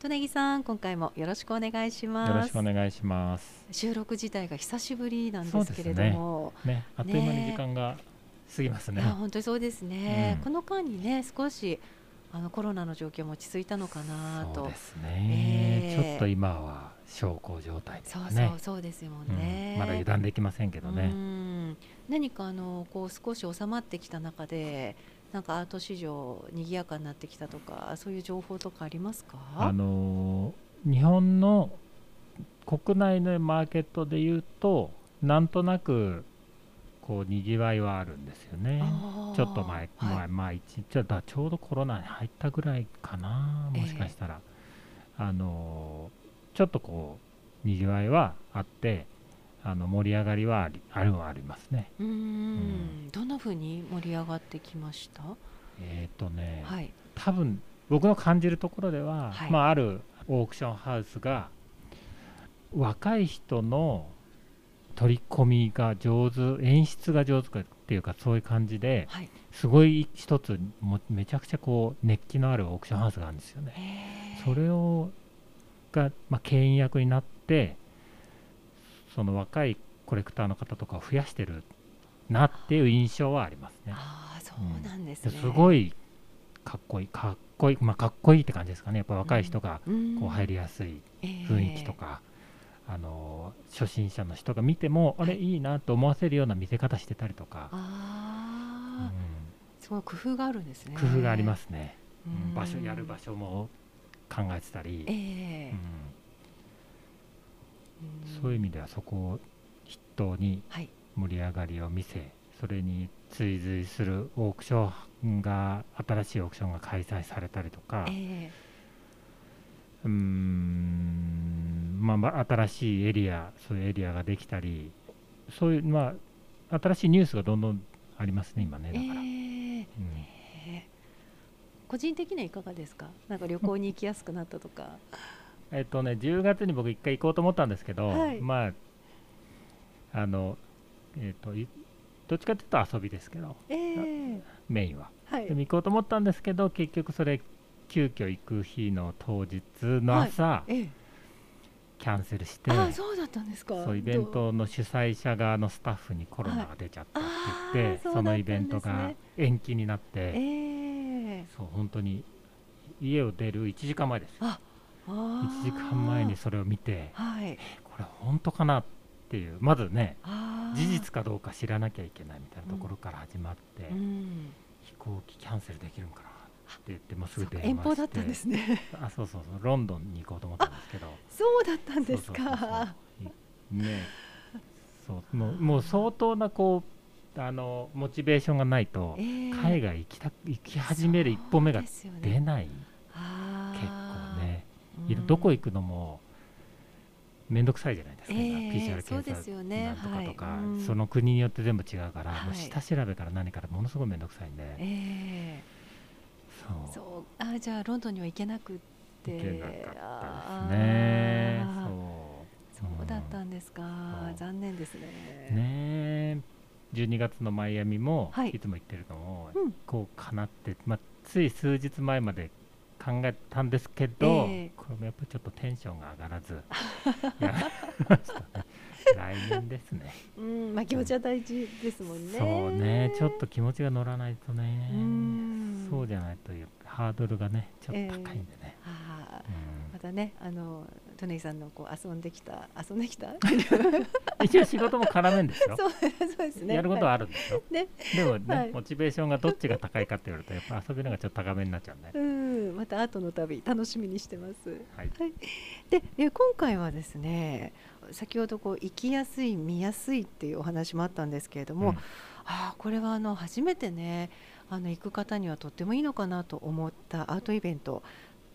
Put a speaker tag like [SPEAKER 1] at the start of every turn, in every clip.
[SPEAKER 1] となぎさん今回もよろしくお願いします
[SPEAKER 2] よろしくお願いします
[SPEAKER 1] 収録自体が久しぶりなんで
[SPEAKER 2] そう
[SPEAKER 1] す
[SPEAKER 2] です
[SPEAKER 1] け
[SPEAKER 2] ね
[SPEAKER 1] れども、
[SPEAKER 2] ねあっという間に時間が過ぎますね
[SPEAKER 1] あ本当にそうですね、
[SPEAKER 2] うん
[SPEAKER 1] この間にね少しあのコロナの状況も落ち着いたのかな
[SPEAKER 2] そう
[SPEAKER 1] と
[SPEAKER 2] ですね、
[SPEAKER 1] ええ
[SPEAKER 2] ちょっと今は小康状態です
[SPEAKER 1] そう
[SPEAKER 2] か
[SPEAKER 1] そう
[SPEAKER 2] ね
[SPEAKER 1] そうですもん
[SPEAKER 2] うん
[SPEAKER 1] ね、
[SPEAKER 2] まだ油断できませんけど
[SPEAKER 1] う
[SPEAKER 2] ね、
[SPEAKER 1] ん何かあのこう少し収まってきた中でなんかアート市場賑やかになってきたとかそういう情報とかありますか
[SPEAKER 2] あのー日本の国内のマーケットでいうとなんとなくこうにぎわいはあるんですよね
[SPEAKER 1] あー
[SPEAKER 2] ちょっと前、
[SPEAKER 1] はい
[SPEAKER 2] 前まあ一ちょだちょうどコロナに入ったぐらいかな、もしかしたら、あのーちょっとこう、にぎわいはあって、あの盛り上がりはありあるはありますね。
[SPEAKER 1] うーん
[SPEAKER 2] ん
[SPEAKER 1] どんなふうに盛り上がってきました、
[SPEAKER 2] えっ、とね、
[SPEAKER 1] はい
[SPEAKER 2] 多分僕の感じるところでは、
[SPEAKER 1] はい
[SPEAKER 2] まあ、あるオークションハウスが、若い人の取り込みが上手、演出が上手かっていうか、そういう感じで、
[SPEAKER 1] はい
[SPEAKER 2] すごい一つもめちゃくちゃこう熱気のあるオークションハウスがあるんですよね。
[SPEAKER 1] へー
[SPEAKER 2] それをが、まあ、牽引役になってその若いコレクターの方とかを増やしてるなっていう印象はありますね。
[SPEAKER 1] ああそうなんです
[SPEAKER 2] で
[SPEAKER 1] ね、
[SPEAKER 2] すごいかっこいいかっこいい、まあ、かっこいいって感じですかねやっぱ若い人がこう入りやすい雰囲気と、か、あの初心者の人が見てもあれいいなと思わせるような見せ方してたりとか
[SPEAKER 1] うん、あ
[SPEAKER 2] う
[SPEAKER 1] あ、
[SPEAKER 2] ん
[SPEAKER 1] すごい工夫があるんですね、
[SPEAKER 2] 工夫がありますすね、
[SPEAKER 1] う
[SPEAKER 2] うん
[SPEAKER 1] ん
[SPEAKER 2] 場所やる場所も考えてた
[SPEAKER 1] え
[SPEAKER 2] り、
[SPEAKER 1] え
[SPEAKER 2] うん
[SPEAKER 1] ん
[SPEAKER 2] そういう意味ではそこを筆頭に
[SPEAKER 1] はい
[SPEAKER 2] 盛り上がりを見せそれに追随するオークションが新しいオークションが開催されたりとか、
[SPEAKER 1] え
[SPEAKER 2] うーんまあまあ、新しいエリアそういうエリアができたりそういうまあ新しいニュースがどんどんありますね今ね
[SPEAKER 1] え
[SPEAKER 2] だから、
[SPEAKER 1] ええ
[SPEAKER 2] うん
[SPEAKER 1] へえ個人的にはいかがですかなんか旅行に行きやすくなったとか
[SPEAKER 2] えっとね、10月に僕一回行こうと思ったんですけど、
[SPEAKER 1] はい
[SPEAKER 2] まああのえっ、といどっちかというと遊びですけど
[SPEAKER 1] ええ
[SPEAKER 2] メインは
[SPEAKER 1] はい
[SPEAKER 2] でも行こうと思ったんですけど結局それ急遽行く日の当日の朝、
[SPEAKER 1] ええ
[SPEAKER 2] キャンセルして
[SPEAKER 1] ああそうだったんですか
[SPEAKER 2] そうイベ
[SPEAKER 1] ど
[SPEAKER 2] ン
[SPEAKER 1] う
[SPEAKER 2] トの主催者側のスタッフにコロナが出ちゃったって言って、
[SPEAKER 1] はいあーそうだったんですね
[SPEAKER 2] そのイベントが延期になって、
[SPEAKER 1] ええ
[SPEAKER 2] そう本当に家を出る1時間前ですよ
[SPEAKER 1] あ
[SPEAKER 2] 1
[SPEAKER 1] あ
[SPEAKER 2] 時間前にそれを見て
[SPEAKER 1] はい
[SPEAKER 2] これ本当かなっていうまずね
[SPEAKER 1] ああ
[SPEAKER 2] 事実かどうか知らなきゃいけないみたいなところから始まって、
[SPEAKER 1] うん
[SPEAKER 2] 飛行機キャンセルできるんかなって言ってもうす
[SPEAKER 1] そ
[SPEAKER 2] ぐ
[SPEAKER 1] うか
[SPEAKER 2] 電話して
[SPEAKER 1] 遠方だったんですね
[SPEAKER 2] あそうそうそうロンドンに行こうと思ったんですけど
[SPEAKER 1] そうだったんです
[SPEAKER 2] そうそうそう
[SPEAKER 1] か
[SPEAKER 2] そうねそうもうもう相当なこうあのモチベーションがないと海
[SPEAKER 1] 海
[SPEAKER 2] 外行きた行き始める一歩目が出ない、
[SPEAKER 1] あ
[SPEAKER 2] 結
[SPEAKER 1] あ
[SPEAKER 2] 構ね
[SPEAKER 1] う
[SPEAKER 2] いろ
[SPEAKER 1] ん
[SPEAKER 2] どこ行くのも面倒くさいじゃないですか、
[SPEAKER 1] ええ
[SPEAKER 2] 今 PCR
[SPEAKER 1] そう
[SPEAKER 2] 検
[SPEAKER 1] で
[SPEAKER 2] 査
[SPEAKER 1] すよね
[SPEAKER 2] なんとかとか、
[SPEAKER 1] はいうん
[SPEAKER 2] その国によって全部違うから、も
[SPEAKER 1] は
[SPEAKER 2] う
[SPEAKER 1] い
[SPEAKER 2] 下調べから何からものすごい面倒くさいんで、
[SPEAKER 1] ええ
[SPEAKER 2] そう
[SPEAKER 1] そうああじゃあロンドンには行けなくって
[SPEAKER 2] 行けなかったですね
[SPEAKER 1] ああ
[SPEAKER 2] そう
[SPEAKER 1] そうだったんですか、
[SPEAKER 2] うん
[SPEAKER 1] 残念ですね。
[SPEAKER 2] ねえ12月のマイアミも、
[SPEAKER 1] はい
[SPEAKER 2] い、つも行ってるのも、
[SPEAKER 1] うん
[SPEAKER 2] こうかなって、まあ、つい数日前まで考えたんですけど、
[SPEAKER 1] ええ
[SPEAKER 2] これもやっぱりちょっとテンションが上が らずやめましたね来年ですね
[SPEAKER 1] うん、まあ気持ちは大事ですもんね。
[SPEAKER 2] そうねちょっと気持ちが乗らないとね
[SPEAKER 1] うん
[SPEAKER 2] そうじゃないというハードルがねちょっと高いんでね、
[SPEAKER 1] ああ
[SPEAKER 2] うん
[SPEAKER 1] またね、あの、トネイさんのこう遊んできた、遊んできた。
[SPEAKER 2] 一応仕事も絡めんです よ
[SPEAKER 1] そう、そうですね。
[SPEAKER 2] やることは
[SPEAKER 1] は
[SPEAKER 2] あるんですよ、
[SPEAKER 1] いね
[SPEAKER 2] でもね、
[SPEAKER 1] はい
[SPEAKER 2] モチベーションがどっちが高いかって言われるとやっぱ遊びのがちょっと高めになっちゃうんで
[SPEAKER 1] い、うん、また後の旅、楽しみにしてます。
[SPEAKER 2] はい
[SPEAKER 1] で、え、今回はですね。先ほどこう行きやすい見やすいっていうお話もあったんですけれども、
[SPEAKER 2] うん
[SPEAKER 1] ああこれはあの初めてねあの行く方にはとってもいいのかなと思ったアートイベント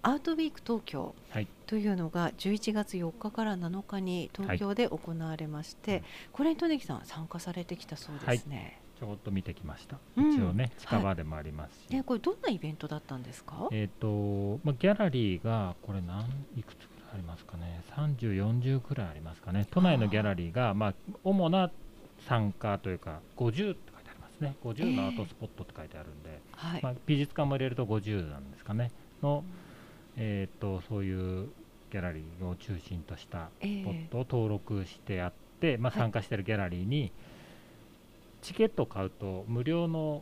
[SPEAKER 1] アートウィーク東京
[SPEAKER 2] はい
[SPEAKER 1] というのが11月4日から7日に東京で行われまして、
[SPEAKER 2] はいうん
[SPEAKER 1] これに利根さん参加されてきたそうですね。
[SPEAKER 2] ちょこっと見てきました、
[SPEAKER 1] うん
[SPEAKER 2] 一応ね近場でもありますし、
[SPEAKER 1] えこれどんなイベントだったんですか？
[SPEAKER 2] えっ、と、まあ、ギャラリーがこれ何いくつくらいありますかね3040くらいありますかね都内のギャラリーがまあ主な参加というか50って書いてありますね50のアートスポットって書いてあるんで、
[SPEAKER 1] はい。
[SPEAKER 2] まあ、美術館も入れると50なんですかねのえー、とそういうギャラリーを中心とした
[SPEAKER 1] え
[SPEAKER 2] ポッ
[SPEAKER 1] え
[SPEAKER 2] トを登録してあって、まあ、
[SPEAKER 1] はい
[SPEAKER 2] 参加してるギャラリーにチケット買うと無料の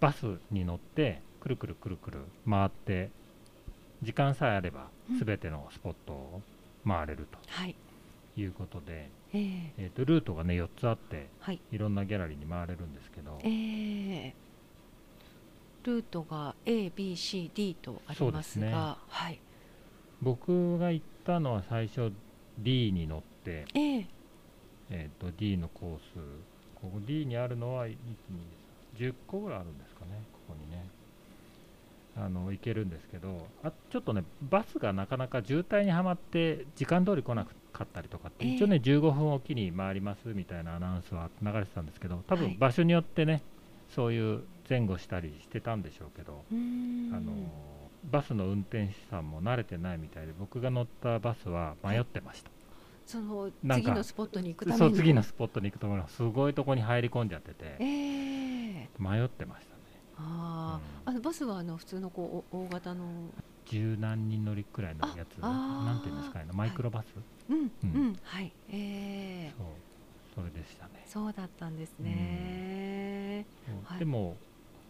[SPEAKER 2] バスに乗ってくるくるくるくる回って時間さえあれば
[SPEAKER 1] うん
[SPEAKER 2] 全てのスポットを回れる
[SPEAKER 1] はい、
[SPEAKER 2] ということで、
[SPEAKER 1] ええ
[SPEAKER 2] えー、とルートがね4つあって
[SPEAKER 1] はい、
[SPEAKER 2] いろんなギャラリーに回れるんですけど
[SPEAKER 1] ええルートが A、B、C、D とあります
[SPEAKER 2] そうですね
[SPEAKER 1] が、はい、
[SPEAKER 2] 僕が行ったのは最初 D に乗って、
[SPEAKER 1] ええ
[SPEAKER 2] えー、と D のコースここ D にあるのは1 2 3 10個ぐらいあるんですかねここにねあの行けるんですけどあちょっとねバスがなかなか渋滞にはまって時間通り来なかったりとかって、
[SPEAKER 1] ええ
[SPEAKER 2] 一応ね15分おきに回りますみたいなアナウンスは流れてたんですけど多
[SPEAKER 1] はい
[SPEAKER 2] 分場所によってね、そういう前後したりしてたんでしょうけど、
[SPEAKER 1] うーん
[SPEAKER 2] あのバスの運転手さんも慣れてないみたいで僕が乗ったバスは迷ってました。
[SPEAKER 1] その
[SPEAKER 2] なん
[SPEAKER 1] 次
[SPEAKER 2] か
[SPEAKER 1] のスポットに行くために
[SPEAKER 2] そう次のスポットに行くところすごいとこに入り込んじゃって
[SPEAKER 1] え
[SPEAKER 2] て
[SPEAKER 1] え
[SPEAKER 2] 迷ってましたね
[SPEAKER 1] ああ、
[SPEAKER 2] うん
[SPEAKER 1] あのバスはあの普通のこうお大型の
[SPEAKER 2] 十何人乗りくらいのやつ
[SPEAKER 1] ああー
[SPEAKER 2] なんていうんですかねマイクロバス、
[SPEAKER 1] うんう、
[SPEAKER 2] うんん
[SPEAKER 1] はいええ
[SPEAKER 2] そうそれでしたね
[SPEAKER 1] そうだったんですね、
[SPEAKER 2] そう
[SPEAKER 1] はい
[SPEAKER 2] でも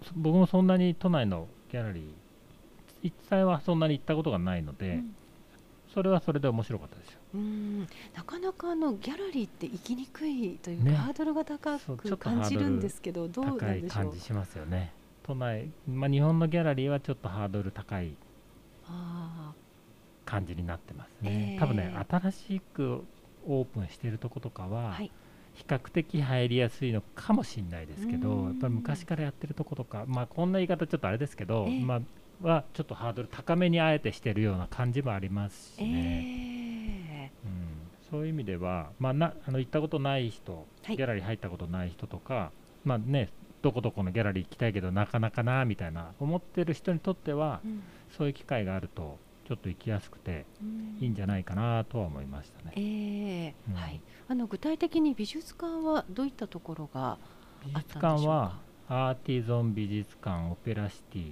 [SPEAKER 2] そ僕もそんなに都内のギャラリー一切はそんなに行ったことがないので、
[SPEAKER 1] うん
[SPEAKER 2] それはそれで面白かったですよ
[SPEAKER 1] うん、なかなかあのギャラリーって行きにくいというか、
[SPEAKER 2] ね
[SPEAKER 1] ハードルが高
[SPEAKER 2] そうち
[SPEAKER 1] く
[SPEAKER 2] ょっとハード
[SPEAKER 1] 感
[SPEAKER 2] ル
[SPEAKER 1] じるんですけどどうなん
[SPEAKER 2] 高い
[SPEAKER 1] でしょ
[SPEAKER 2] 感
[SPEAKER 1] う
[SPEAKER 2] じしますよね都内、まあ、日本のギャラリーはちょっとハードル高い
[SPEAKER 1] ああ
[SPEAKER 2] 感じになってますね、
[SPEAKER 1] ええ
[SPEAKER 2] 多分ね新しくオープンしてるとことかは、
[SPEAKER 1] はい
[SPEAKER 2] 比較的入りやすいのかもしれないですけ
[SPEAKER 1] う
[SPEAKER 2] ど
[SPEAKER 1] ん
[SPEAKER 2] やっぱり昔からやってるとことか、まあ、こんな言い方ちょっとあれですけど、
[SPEAKER 1] ええ
[SPEAKER 2] まあ、はちょっとハードル高めにあえてしてるような感じもありますし
[SPEAKER 1] え
[SPEAKER 2] ね、
[SPEAKER 1] え
[SPEAKER 2] うん、そういう意味では、まあ、なあの行ったことない人、
[SPEAKER 1] はい
[SPEAKER 2] ギャラリー入ったことない人とか、まあね、どこどこのギャラリー行きたいけどなかなかなみたいな思ってる人にとっては
[SPEAKER 1] うん
[SPEAKER 2] そういう機会があるとちょっと行きやすくて
[SPEAKER 1] うん
[SPEAKER 2] いいんじゃないかなとは思いましたね。
[SPEAKER 1] ええ
[SPEAKER 2] うん
[SPEAKER 1] はいあの具体的に美術館はどういったところが
[SPEAKER 2] 美
[SPEAKER 1] あっ
[SPEAKER 2] 術
[SPEAKER 1] たんでしょ
[SPEAKER 2] 館
[SPEAKER 1] う
[SPEAKER 2] は
[SPEAKER 1] か
[SPEAKER 2] アーティゾン美術館オペラシティ、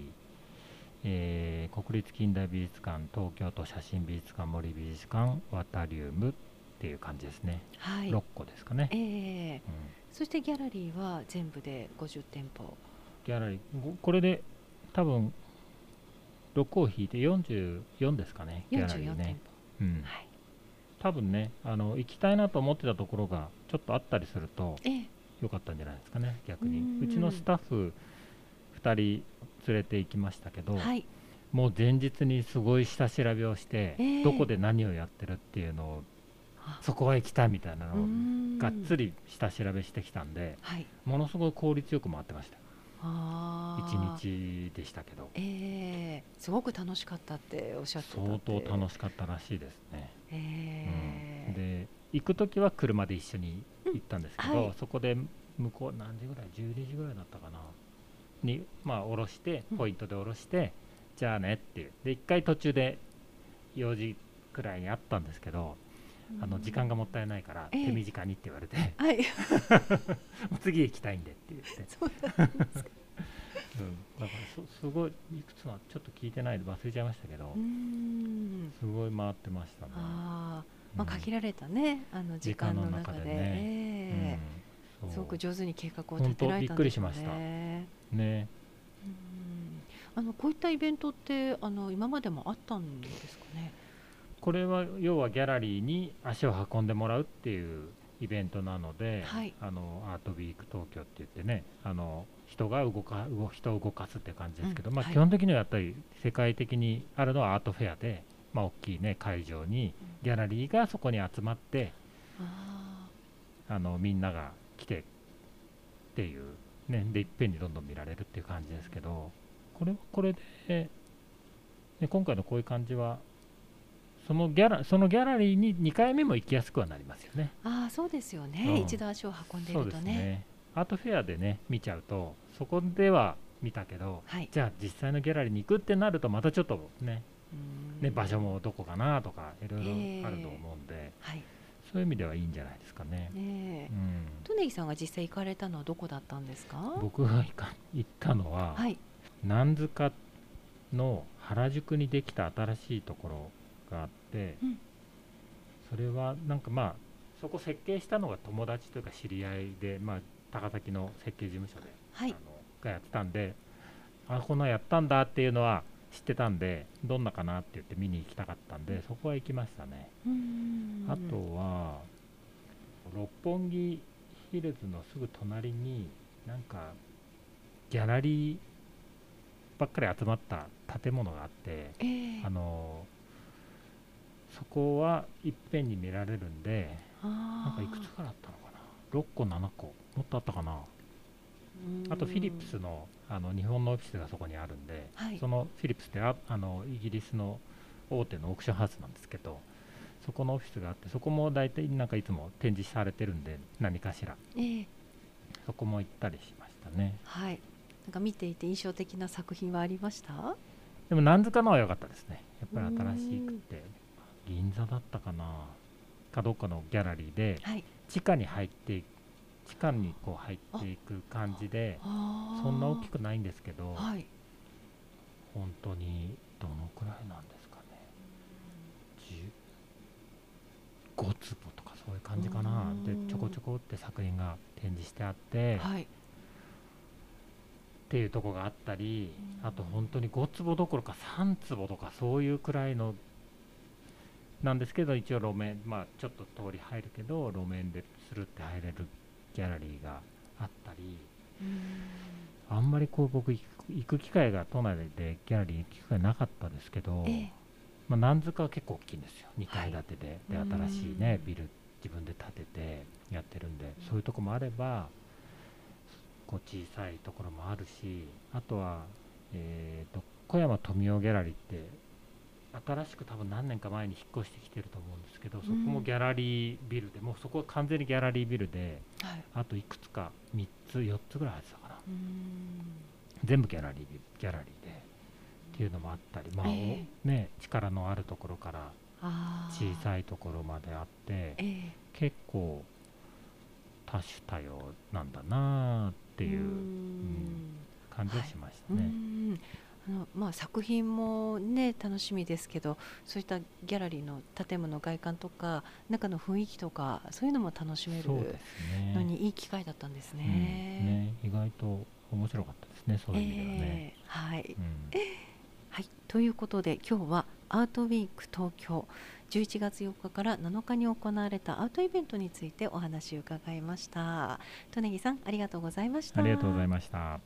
[SPEAKER 2] えー国立近代美術館東京都写真美術館森美術館ワタリウムっていう感じですね、
[SPEAKER 1] はい
[SPEAKER 2] 6個ですかね、
[SPEAKER 1] ええ
[SPEAKER 2] うん
[SPEAKER 1] そしてギャラリーは全部で50店舗
[SPEAKER 2] ギャラリーごこれで多分6を引いて44ですかねギャラリー
[SPEAKER 1] 44店舗、
[SPEAKER 2] ね、うん、
[SPEAKER 1] はい
[SPEAKER 2] 多分ねあの行きたいなと思ってたところがちょっとあったりすると
[SPEAKER 1] ええ
[SPEAKER 2] 良かったんじゃないですかね逆
[SPEAKER 1] う
[SPEAKER 2] に
[SPEAKER 1] ん
[SPEAKER 2] うちのスタッフ2人連れて行きましたけど、
[SPEAKER 1] はい
[SPEAKER 2] もう前日にすごい下調べをして、
[SPEAKER 1] ええ
[SPEAKER 2] どこで何をやってるっていうのを
[SPEAKER 1] あ
[SPEAKER 2] そこは行きたいみたいなの
[SPEAKER 1] う
[SPEAKER 2] を
[SPEAKER 1] ん
[SPEAKER 2] がっつり下調べしてきたんで、
[SPEAKER 1] はい
[SPEAKER 2] ものすごい効率よく回ってました
[SPEAKER 1] ああ
[SPEAKER 2] 1日でしたけど
[SPEAKER 1] ええすごく楽しかったっておっしゃってた
[SPEAKER 2] 相当楽
[SPEAKER 1] し
[SPEAKER 2] しかったらしいですね、うん
[SPEAKER 1] ええ
[SPEAKER 2] で行く時は車で一緒に行ったんですけど、
[SPEAKER 1] うんはい
[SPEAKER 2] そこで向こう何時ぐらい12時ぐらいだったかなにまあ降ろして
[SPEAKER 1] うん
[SPEAKER 2] ポイントで降ろして、じゃあねっていうで1回途中で4時くらいにあったんですけどあの時間がもったいないから
[SPEAKER 1] ええ
[SPEAKER 2] 手短にって言われて、
[SPEAKER 1] はい
[SPEAKER 2] もう次行きたいんでって言って、
[SPEAKER 1] そうだ
[SPEAKER 2] うんだからそすごいいくつかちょっと聞いてないで忘れちゃいましたけど、
[SPEAKER 1] うん
[SPEAKER 2] すごい回ってましたね、
[SPEAKER 1] ああまあ
[SPEAKER 2] うん
[SPEAKER 1] 限られたねあの時間の中で
[SPEAKER 2] 時間の中でね
[SPEAKER 1] え
[SPEAKER 2] う
[SPEAKER 1] え
[SPEAKER 2] ん
[SPEAKER 1] すごく
[SPEAKER 2] そ
[SPEAKER 1] 上手に計画を立てられたん
[SPEAKER 2] 本当びっく
[SPEAKER 1] で
[SPEAKER 2] り
[SPEAKER 1] す
[SPEAKER 2] し
[SPEAKER 1] よ
[SPEAKER 2] ました
[SPEAKER 1] ね
[SPEAKER 2] うね
[SPEAKER 1] うんあのこういったイベントってあの今までもあったんですかね。
[SPEAKER 2] これは要はギャラリーに足を運んでもらうっていうイベントなので、
[SPEAKER 1] はい
[SPEAKER 2] あのアートウィーク東京って言ってねあの人が動か動人を動かすって感じですけど、
[SPEAKER 1] うん
[SPEAKER 2] まあ、
[SPEAKER 1] はい
[SPEAKER 2] 基本的にはやっぱり世界的にあるのはアートフェアで、まあ、大きい、ね、会場にギャラリーがそこに集まって
[SPEAKER 1] あ
[SPEAKER 2] あのみんなが来てっていう、ね、でいっぺんにどんどん見られるっていう感じですけどこれはこれで、ね、今回のこういう感じはそのギャラそのギャラリーに2回目も行きやすくはなりますよね。
[SPEAKER 1] ーあーそうですよね、
[SPEAKER 2] うん
[SPEAKER 1] 一度足を運んでい
[SPEAKER 2] そう
[SPEAKER 1] る
[SPEAKER 2] で
[SPEAKER 1] と
[SPEAKER 2] す
[SPEAKER 1] ね
[SPEAKER 2] ねアートフェアでね見ちゃうとそこでは見たけど
[SPEAKER 1] はい
[SPEAKER 2] じゃあ実際のギャラリーに行くってなるとまたちょっとね
[SPEAKER 1] うん
[SPEAKER 2] ね場所もどこかなとかいろいろあると思うんで、
[SPEAKER 1] はい
[SPEAKER 2] そういう意味ではいいんじゃないですかね。
[SPEAKER 1] ねえ
[SPEAKER 2] うん
[SPEAKER 1] トネギさんが実際行かれたのはどこだったんですか
[SPEAKER 2] 僕が行か行ったのは、
[SPEAKER 1] はい
[SPEAKER 2] なんずかの原宿にできた新しいところがあって、
[SPEAKER 1] うん
[SPEAKER 2] それはなんかまあそこ設計したのが友達というか知り合いで、まあ、高崎の設計事務所で、
[SPEAKER 1] は
[SPEAKER 2] あ
[SPEAKER 1] い
[SPEAKER 2] のがやってたんであこんなんやったんだっていうのは知ってたんでどんなかなって言って見に行きたかったんでそこは行きましたね、
[SPEAKER 1] うん
[SPEAKER 2] あとは六本木ヒルズのすぐ隣になんかギャラリーばっかり集まった建物があって
[SPEAKER 1] ええ
[SPEAKER 2] あのそこはいっぺんに見られるんでなん
[SPEAKER 1] あ
[SPEAKER 2] かいくつからあったのかな6個7個もっとあったかなあとフィリップス
[SPEAKER 1] の
[SPEAKER 2] のあの日本のオフィスがそこにあるんで、
[SPEAKER 1] はい
[SPEAKER 2] そのフィリップスってああのイギリスの大手のオークションハウスなんですけどそこのオフィスがあってそこも大体なんかいつも展示されてるんで何かしら
[SPEAKER 1] ええ
[SPEAKER 2] そこも行ったりしましたね
[SPEAKER 1] はいなんか見ていて印象的な作品はありました
[SPEAKER 2] でも何塚のは良かったですねやっぱり新しくて銀座だったかなかどっかのギャラリーで
[SPEAKER 1] はい
[SPEAKER 2] 地下に入って地下にこう入っていく感じで
[SPEAKER 1] あー
[SPEAKER 2] そんな大きくないんですけど、
[SPEAKER 1] はい
[SPEAKER 2] 本当にどのくらいなんですかね5坪とかそういう感じかな
[SPEAKER 1] う
[SPEAKER 2] で
[SPEAKER 1] ん
[SPEAKER 2] ちょこちょこって作品が展示してあってっ
[SPEAKER 1] はい
[SPEAKER 2] ていうとこがあったり
[SPEAKER 1] うん
[SPEAKER 2] あと本当に5坪どころか3坪とかそういうくらいのなんですけど一応路面まあちょっと通り入るけど路面でスルって入れるギャラリーがあったり
[SPEAKER 1] うん
[SPEAKER 2] あんまりこう僕行く行く機会が都内でギャラリー行く機会なかったですけど。
[SPEAKER 1] ええ
[SPEAKER 2] まあ、南塚は結構大きいんですよ2
[SPEAKER 1] はい
[SPEAKER 2] 階建てで,、
[SPEAKER 1] うん
[SPEAKER 2] で新しいねビル自分で建ててやってるんでそういうとこもあればこう小さいところもあるしあとは、えー、と小山富雄ギャラリーって新しく多分何年か前に引っ越してきてると思うんですけどそこもギャラリービルで、もうそこは完全にギャラリービルで
[SPEAKER 1] はい
[SPEAKER 2] あといくつか3つ4つぐらい入ってたかな
[SPEAKER 1] うん
[SPEAKER 2] 全部ギャラリービルギャラリーでっていうのもあったりまあ、お
[SPEAKER 1] え
[SPEAKER 2] ね力のあるところから
[SPEAKER 1] あ
[SPEAKER 2] 小
[SPEAKER 1] い
[SPEAKER 2] さいところまであって
[SPEAKER 1] ええ
[SPEAKER 2] 結構多種多様なんだなあっていううん感じがしました
[SPEAKER 1] う
[SPEAKER 2] ね。
[SPEAKER 1] んあのまあ、作品も、ね、楽しみですけどそういったギャラリーの建物外観とか中の雰囲気とかそういうのも楽しめる
[SPEAKER 2] そうですね
[SPEAKER 1] のにいい機会だったんです
[SPEAKER 2] う
[SPEAKER 1] ね。
[SPEAKER 2] んね意外と面白かったですねそういう意味ではね。
[SPEAKER 1] ええはい
[SPEAKER 2] うん
[SPEAKER 1] はい、ということで今日はアートウィーク東京11月4日から7日に行われたアートイベントについてお話を伺いました。利根木さんありがとうございました
[SPEAKER 2] ありがとうございました。